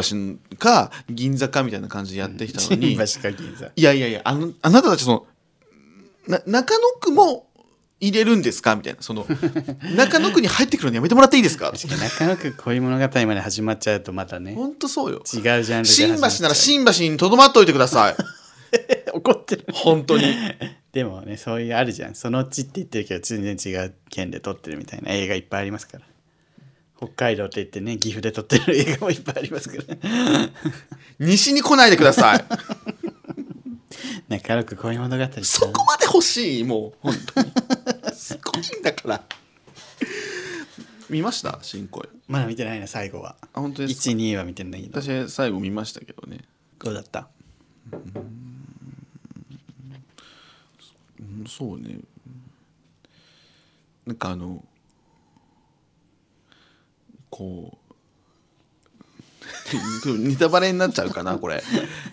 Speaker 1: 橋か銀座かみたいな感じでやってきたのに、
Speaker 2: 新橋か銀座
Speaker 1: いやいやいや、あのあなたたちその、な中野区も入れるんですかみたいな、そ の、中野区に入ってくるのやめてもらっていいですか
Speaker 2: 確かに中野区恋物語まで始まっちゃうとまたね
Speaker 1: ほんとそうよ。
Speaker 2: 違うジャンルで始
Speaker 1: 新橋
Speaker 2: まっちゃう
Speaker 1: なら新橋にとどまっておいてくださ い。
Speaker 2: 怒ってる
Speaker 1: 本当に。
Speaker 2: でもねそういうあるじゃんそのうちって言ってるけど全然違う県で撮ってるみたいな映画いっぱいありますから北海道って言ってね岐阜で撮ってる映画もいっぱいありますから
Speaker 1: 西に来ないでください。
Speaker 2: 中野区恋物語
Speaker 1: そこまで欲しい、もう、本当に。すごいんだから。見ました新恋。
Speaker 2: まだ見てないな最後は
Speaker 1: あ、本当ですか
Speaker 2: 12位は見てないけど
Speaker 1: 私、最後見ましたけどね。
Speaker 2: どうだった
Speaker 1: うんそうねなんかあのこう ネタバレになっちゃうかなこれ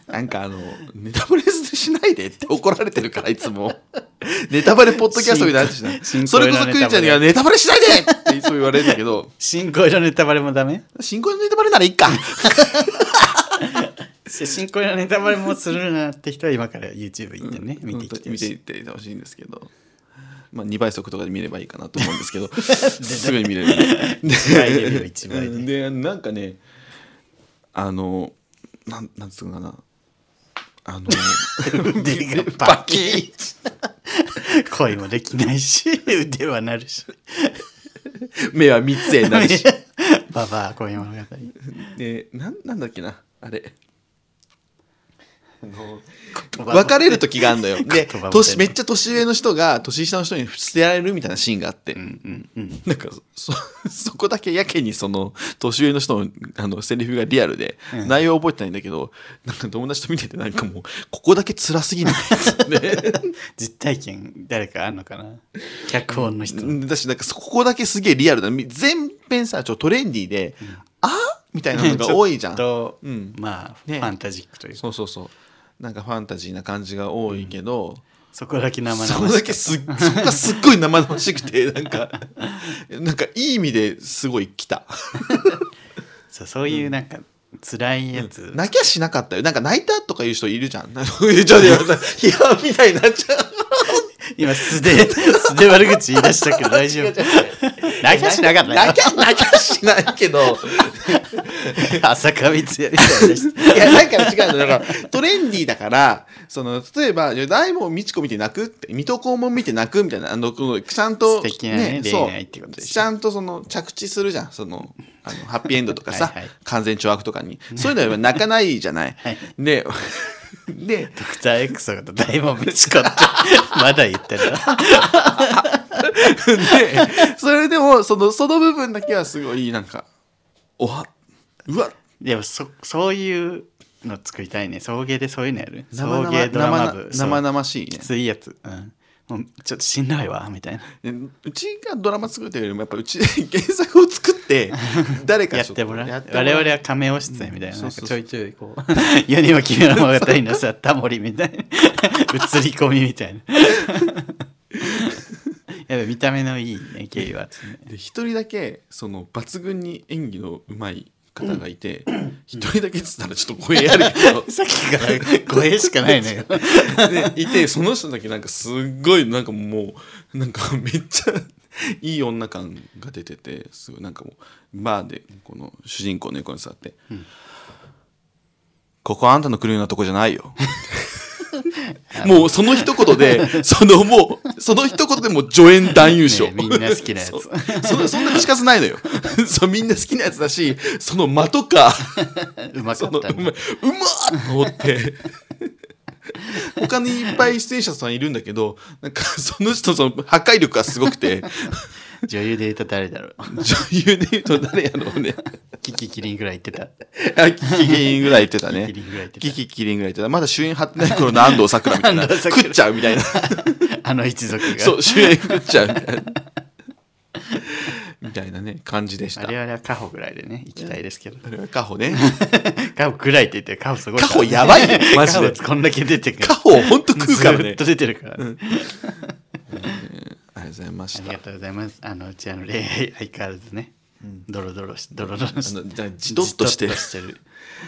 Speaker 1: なんかあのネタバレしないでって怒られてるからいつもネタバレポッドキャストみたいになってし
Speaker 2: 新
Speaker 1: なそれこそク
Speaker 2: 新恋
Speaker 1: リ
Speaker 2: の
Speaker 1: ちゃんにはネタバレしないでってそう言われるんだけど
Speaker 2: 新恋のネタバレもダ メ
Speaker 1: 新婚のネタバレならいいか
Speaker 2: 新恋のネタバレもするなって人は今から YouTube 行ってね、見てきて
Speaker 1: 見
Speaker 2: ほ
Speaker 1: て
Speaker 2: し
Speaker 1: いっ
Speaker 2: い
Speaker 1: てほしいんですけど、まあ、2倍速とかで見ればいいかなと思うん ですけどすぐに見れるんで
Speaker 2: 一倍出るよ一倍で
Speaker 1: でなんかねあのなんなんつうのかなあ の
Speaker 2: 腕が
Speaker 1: バ
Speaker 2: バ
Speaker 1: キ
Speaker 2: キ
Speaker 1: ッ
Speaker 2: 恋もできないし腕はな るし
Speaker 1: 目は密つになる し
Speaker 2: ババア恋物語
Speaker 1: でなんなんだっけなあれ別れる時があるのよで
Speaker 2: 言葉も出ない
Speaker 1: 年めっちゃ年上の人が年下の人に捨てられるみたいなシーンがあって、
Speaker 2: うんうん
Speaker 1: なんかそ そこだけやけにその年上の人のあのセリフがリアルで、
Speaker 2: うん
Speaker 1: 内容は覚えてないんだけどなんか友達と見ててなんかもうここだけ辛すぎない ね
Speaker 2: 実体験誰かあんのかな脚本の人
Speaker 1: だしなんかそここだけすげえリアルだみ全編さちょっとトレンディーで、あみたいなのが多いじゃん
Speaker 2: ちょっと、
Speaker 1: うん
Speaker 2: まあ、
Speaker 1: ね
Speaker 2: ファンタジックというか
Speaker 1: そうそうそうなんかファンタジーな感じが多いけど、
Speaker 2: そこだけ生々し
Speaker 1: そ
Speaker 2: い
Speaker 1: こだけすっ そこがすっごい生々しくてなんか なんかいい意味ですごい来た
Speaker 2: そうそういうなんか辛いやつ、
Speaker 1: 泣きゃしなかったよなんか泣いたとか言う人いるじゃん ちょっとやばい批判みたいになっちゃう
Speaker 2: 今素 で素で悪口言い出したけど大丈夫泣きはしなかったよ
Speaker 1: 泣きゃ泣きゃしないけど
Speaker 2: 浅香光也みたいな人
Speaker 1: いや、だから違うの。だから、トレンディーだから、その、例えば、大門みちこ見て泣くって、水戸黄門見て泣くみたいな、あの、このちゃんと、
Speaker 2: 素敵なね
Speaker 1: そう
Speaker 2: 恋愛ってことでしょ
Speaker 1: ちゃんとその、着地するじゃん。その、あの、ハッピーエンドとかさ、
Speaker 2: はいはい
Speaker 1: 完全懲悪とかに。そういうのは泣かないじゃない。
Speaker 2: はい
Speaker 1: で、で、
Speaker 2: ドクター X のこと大門 ぶちこってまだ言ってる
Speaker 1: で、 それでも、その、その部分だけはすごい、なんか、おは、うわ、
Speaker 2: でもそそういうの作りたいね送迎でそういうのやる送
Speaker 1: 生々
Speaker 2: 迎ドラマ部
Speaker 1: 生々生
Speaker 2: そう
Speaker 1: 々しいね
Speaker 2: き。ついやつ、うん、もうちょっとしんどいわみたいな
Speaker 1: でうちがドラマ作るというよりもやっぱうち で原作を作って誰か
Speaker 2: やっ
Speaker 1: ちょ
Speaker 2: てもらう
Speaker 1: やっても
Speaker 2: 我
Speaker 1: らう
Speaker 2: 々は亀尾出演みたいな,、
Speaker 1: うん
Speaker 2: なんか
Speaker 1: そう
Speaker 2: ち
Speaker 1: そ
Speaker 2: ょ
Speaker 1: う
Speaker 2: いちょいこう「 世にも君の物語」のさタモリみたい な映り込みみたいなやっぱ見た目のいいねゲイは集め
Speaker 1: で一人だけその抜群に演技のうまい方がいて一人だけっつったらちょっと声あるけ
Speaker 2: さっきから声しかないの よ
Speaker 1: どでいてその人だけなんかすっごいなんかもうなんかめっちゃいい女感が出ててすごいなんかもうバーでこの主人公の横に座って「ここあんたの来るようなとこじゃない よ」もうその一言で、そのもう、その一言でもう助演男優賞。
Speaker 2: ねみんな好きなやつ
Speaker 1: そうそんなそんな口数ないのよ。そう、みんな好きなやつだし、その間とか、
Speaker 2: うまか
Speaker 1: そ
Speaker 2: っ
Speaker 1: の、うま
Speaker 2: た
Speaker 1: い、うまっと思って。他にいっぱい出演者さんいるんだけど、なんかその人、その破壊力がすごくて、
Speaker 2: 女優で言うと誰だろう
Speaker 1: 女優で言うと誰やろうね。
Speaker 2: キキキリンぐらい言ってた
Speaker 1: あ、キキキリンぐらい言ってたね。
Speaker 2: キキキリンぐらい言ってた
Speaker 1: キキキリンぐらい言ってた。まだ主演張ってない頃の安藤サクラみたい な。
Speaker 2: 安藤サクラ
Speaker 1: 食っちゃうみたいな。
Speaker 2: あの一族が
Speaker 1: そう、主演食っちゃうみたいな。ね、感じでした。
Speaker 2: あれはあれはカホぐらいでね、行きたいですけど。
Speaker 1: あれはカホね。
Speaker 2: カホぐらいって言って、カホすごいから。
Speaker 1: カホやば いよマジで
Speaker 2: カホこんだけ出てくる。
Speaker 1: カホほんと食うからね
Speaker 2: ずっと出てるからね、
Speaker 1: ありがとうございまし
Speaker 2: あり
Speaker 1: た
Speaker 2: が。とうございます。あの、うちあの恋愛相変わらずね、ドロドロし、ドロドロし
Speaker 1: あのだじどっとして
Speaker 2: じどっる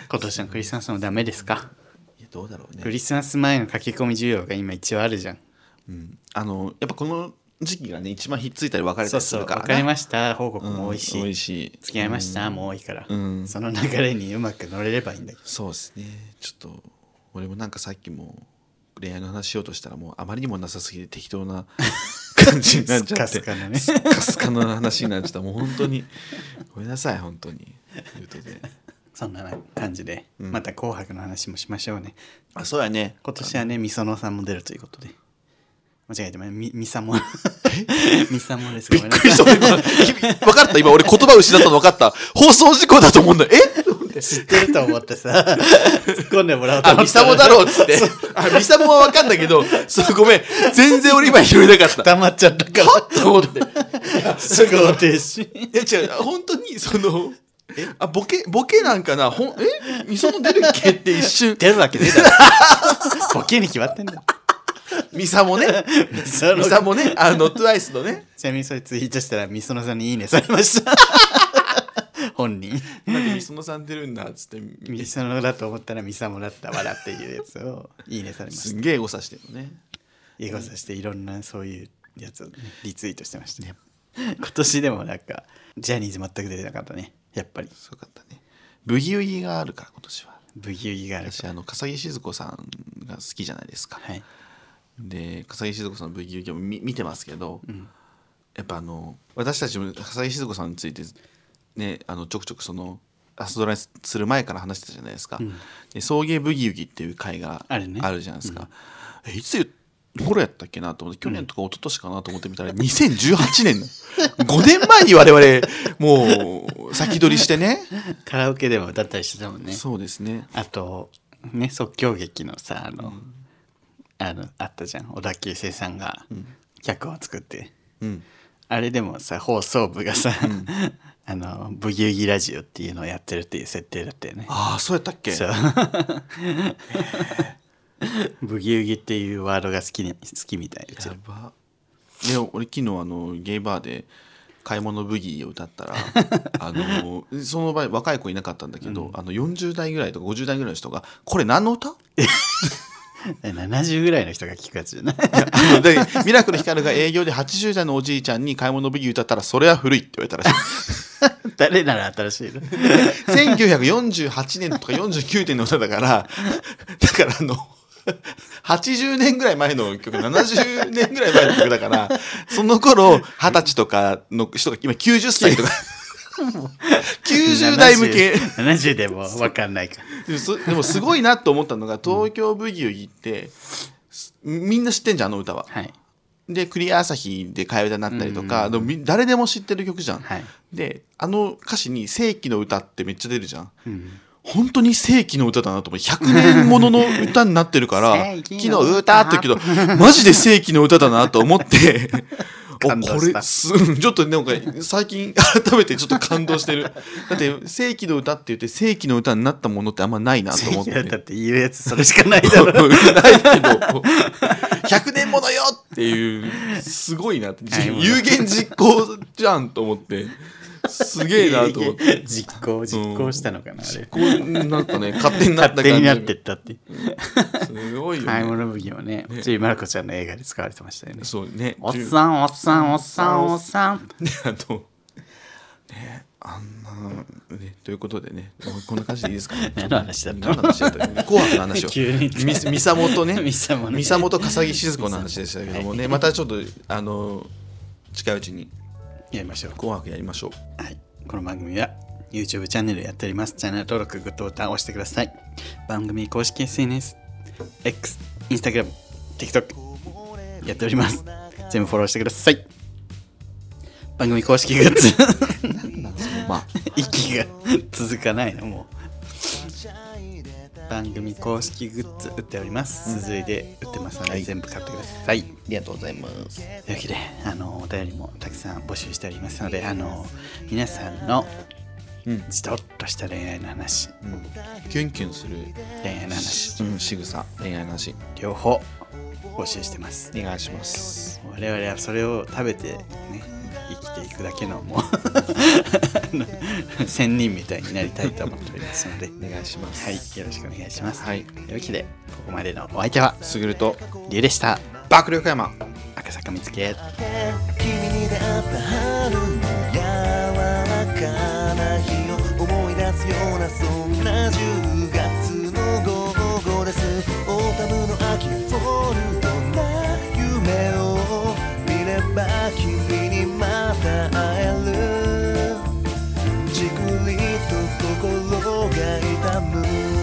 Speaker 2: 今年のクリスマスもダメですか、
Speaker 1: いやどうだろう
Speaker 2: ク
Speaker 1: ね。
Speaker 2: リスマス前の駆け込み需要が今一応あるじゃん。
Speaker 1: うん、あのやっぱこの時期がね一番ひっついたり別れた
Speaker 2: そう
Speaker 1: りす
Speaker 2: そう、
Speaker 1: る
Speaker 2: わ
Speaker 1: からな。
Speaker 2: かりました。報告も多いし、
Speaker 1: うん多いし
Speaker 2: 付き合いました、もう多いから、
Speaker 1: うん
Speaker 2: その流れにうまく乗れればいいんだけど。
Speaker 1: そうですね。ちょっと俺もなんかさっきも恋愛の話しようとしたらもうあまりにもなさすぎて適当 な感じになっちゃって。
Speaker 2: スカスカなね
Speaker 1: スカスカの話になっちゃった。もう本当にごめんなさい本当に。ということで。
Speaker 2: そんな感じで、また紅白の話もしましょうね。
Speaker 1: あそうやね。
Speaker 2: 今年はね、みそのさんも出るということで。間違えてまいみ、み さも。みさもです。
Speaker 1: び
Speaker 2: ご
Speaker 1: っ
Speaker 2: めんな
Speaker 1: くり
Speaker 2: さい
Speaker 1: した。今君分かった今俺言葉失ったの分かった。放送事故だと思うんだよ。え？
Speaker 2: 知ってると思っ てさ、突っ込んでもらおうと
Speaker 1: あ、
Speaker 2: 思
Speaker 1: ミ
Speaker 2: った
Speaker 1: サ
Speaker 2: ら
Speaker 1: モだろうっつって。あ、ミサモは分かんだけど、 そうごめん。全然俺今拾えなか った。
Speaker 2: 溜まっちゃったか
Speaker 1: と思って。
Speaker 2: ら、すぐお停止。
Speaker 1: いや違う本当にそのあボケボケなんかなほんえみその出るっけって一 瞬
Speaker 2: 出るわけねえだろ。ボケに決まってんだよ。
Speaker 1: みさもね
Speaker 2: みそ
Speaker 1: み
Speaker 2: の
Speaker 1: さもね あの TWICE のね
Speaker 2: ちなみにそれツイートしたら、みそのさんにいいねされま した。本人。
Speaker 1: なんでみそのさん出るんだっつってみ
Speaker 2: みそのだと思ったら、みさもだったわらっていうやつを、いいねされまし
Speaker 1: す
Speaker 2: た。
Speaker 1: んげえエゴさしてるのね
Speaker 2: エゴさしていろんなそういうやつをねリツイートしてましたね。今年でもなんか、ジャニーズ全く出てなかったね。やっぱり、
Speaker 1: すごかったねブギウギがあるから今年は
Speaker 2: ブギウギがあるか。
Speaker 1: 私あの笠置静子さんが好きじゃないですから
Speaker 2: はい。
Speaker 1: で笠置静子さんのブギウギを見見てますけど、やっぱあの私たちも笠置静子さんについてねあのちょくちょくその朝ドラにする前から話してたじゃないですか、で送迎ブギウギっていう回があ
Speaker 2: あ
Speaker 1: る
Speaker 2: る
Speaker 1: じ
Speaker 2: ね
Speaker 1: ゃないですか、えいつ頃やったっけなと思って去年とか一昨年かなと思ってみたら2018年5 年前に我々もう先取りしてね
Speaker 2: カラオケでも歌ったりしてたもんね。
Speaker 1: そうですね
Speaker 2: あと、ね、即興劇のさ、あの、あの、あったじゃん。小田急生さんが脚本を作って。
Speaker 1: うん
Speaker 2: あれでもさ、放送部がさ、 あの、ブギウギラジオっていうのをやってるっていう設定だったよね。
Speaker 1: ああそうやったっけ
Speaker 2: そう。ブギウギっていうワードが好き,、ね、好きみたい。うち
Speaker 1: や
Speaker 2: ら
Speaker 1: ばで俺昨日あのゲイバーで「買い物ブギー」を歌った らあのその場合若い子いなかったんだけど、あの40代ぐらいとか50代ぐらいの人が「これ何の歌?」
Speaker 2: 70ぐらいの人が聞くやつじゃない
Speaker 1: あのでミラクルヒカルが営業で80代のおじいちゃんに「買い物ブギー」歌ったら「それは古い」って言われたらしい
Speaker 2: 誰なら新しいの
Speaker 1: 1948年とか49年の歌だからだからあの80年ぐらい前の曲70年ぐらい前の曲だからその頃二十歳とかの人が今90歳とか90代向け
Speaker 2: 70 70でも分かんないから
Speaker 1: でもそでもすごいなと思ったのが「東京ブギウギ」ってすみんな知ってんじゃんあの歌は。
Speaker 2: はい
Speaker 1: でクリア朝日で替え歌になったりとか、でもみ誰でも知ってる曲じゃん。
Speaker 2: はい
Speaker 1: であの歌詞に「世紀の歌」ってめっちゃ出るじゃん。
Speaker 2: うん
Speaker 1: 本当に世紀の歌だなと思って100年ものの歌になってるから 「
Speaker 2: 世紀
Speaker 1: 紀
Speaker 2: の
Speaker 1: の
Speaker 2: 歌
Speaker 1: 歌」って言うけどマジで世紀の歌だなと思ってお
Speaker 2: 感動
Speaker 1: こ
Speaker 2: した
Speaker 1: れすうんちょっとなんか最近改めてちょっと感動してるだって世紀の歌って言って世紀の歌になったものってあんまないなと思って
Speaker 2: いやだって言うやつそれしかないだろ
Speaker 1: うんないけど100年ものよっていうすごいなって
Speaker 2: はい
Speaker 1: 有言実行じゃんと思ってすげえなと思って
Speaker 2: 実行実行したのかな、あれ
Speaker 1: こうなんかね勝手になった感
Speaker 2: 勝
Speaker 1: じ
Speaker 2: 手になってったって
Speaker 1: すごいよね、
Speaker 2: 買い物麦もねちびまる子ちゃんの映画で使われてましたよね
Speaker 1: そうね
Speaker 2: おっ
Speaker 1: 10
Speaker 2: さんおっさんおっさんおっさん
Speaker 1: ねあとねあんなねということでねもうこんな感じでいいですかね
Speaker 2: 何の話だった
Speaker 1: 何の話だったっけ紅白の話を
Speaker 2: 急に
Speaker 1: みみさも とね
Speaker 2: みさもね
Speaker 1: みさもと笠木静子の話でしたけどもねまたちょっとあの近いうちに
Speaker 2: やりましょう
Speaker 1: 紅白やりましょう
Speaker 2: はい、この番組は YouTube チャンネルやっております。チャンネル登録、グッドボタンを押してください。番組公式 SNS、X、Instagram、TikTok やっております。全部フォローしてください。番組公式グッズ、
Speaker 1: まあ
Speaker 2: 息が続かないのもう。番組公式グッズ売っております続いて売ってますので、全部買ってください
Speaker 1: りがとうございます。
Speaker 2: というわけであのお便りもたくさん募集しておりますのであの皆さんの
Speaker 1: うん
Speaker 2: じとっとした恋愛の話
Speaker 1: キュンキュンする
Speaker 2: 恋愛の話
Speaker 1: うん仕草恋愛の話
Speaker 2: 両方募集してます
Speaker 1: お願いします。
Speaker 2: 我々はそれを食べてね生きていくだけのもうあの 仙人みたいになりたいと思っておりますので
Speaker 1: お願いします。
Speaker 2: はいよろしくお願いします、
Speaker 1: はい
Speaker 2: というわけでここまでのお相手は
Speaker 1: すぐると
Speaker 2: りゅうでした
Speaker 1: 爆力山。
Speaker 2: 赤坂見つけ
Speaker 3: 君に出会った春の柔らかな日を思い出すようなそんな10月の午後ですオータムの秋フォルトな夢を見れば君にまた会えるじくりと心が痛む